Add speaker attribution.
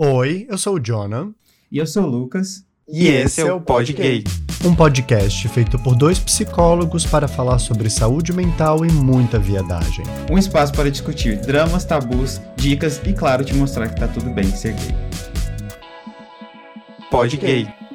Speaker 1: Oi, eu sou o Jonah.
Speaker 2: E eu sou o Lucas.
Speaker 3: E esse é o Pod Gay.
Speaker 1: Um podcast feito por dois psicólogos para falar sobre saúde mental e muita viadagem.
Speaker 2: Um espaço para discutir dramas, tabus, dicas e, claro, te mostrar que tá tudo bem ser gay.
Speaker 3: Pod Gay.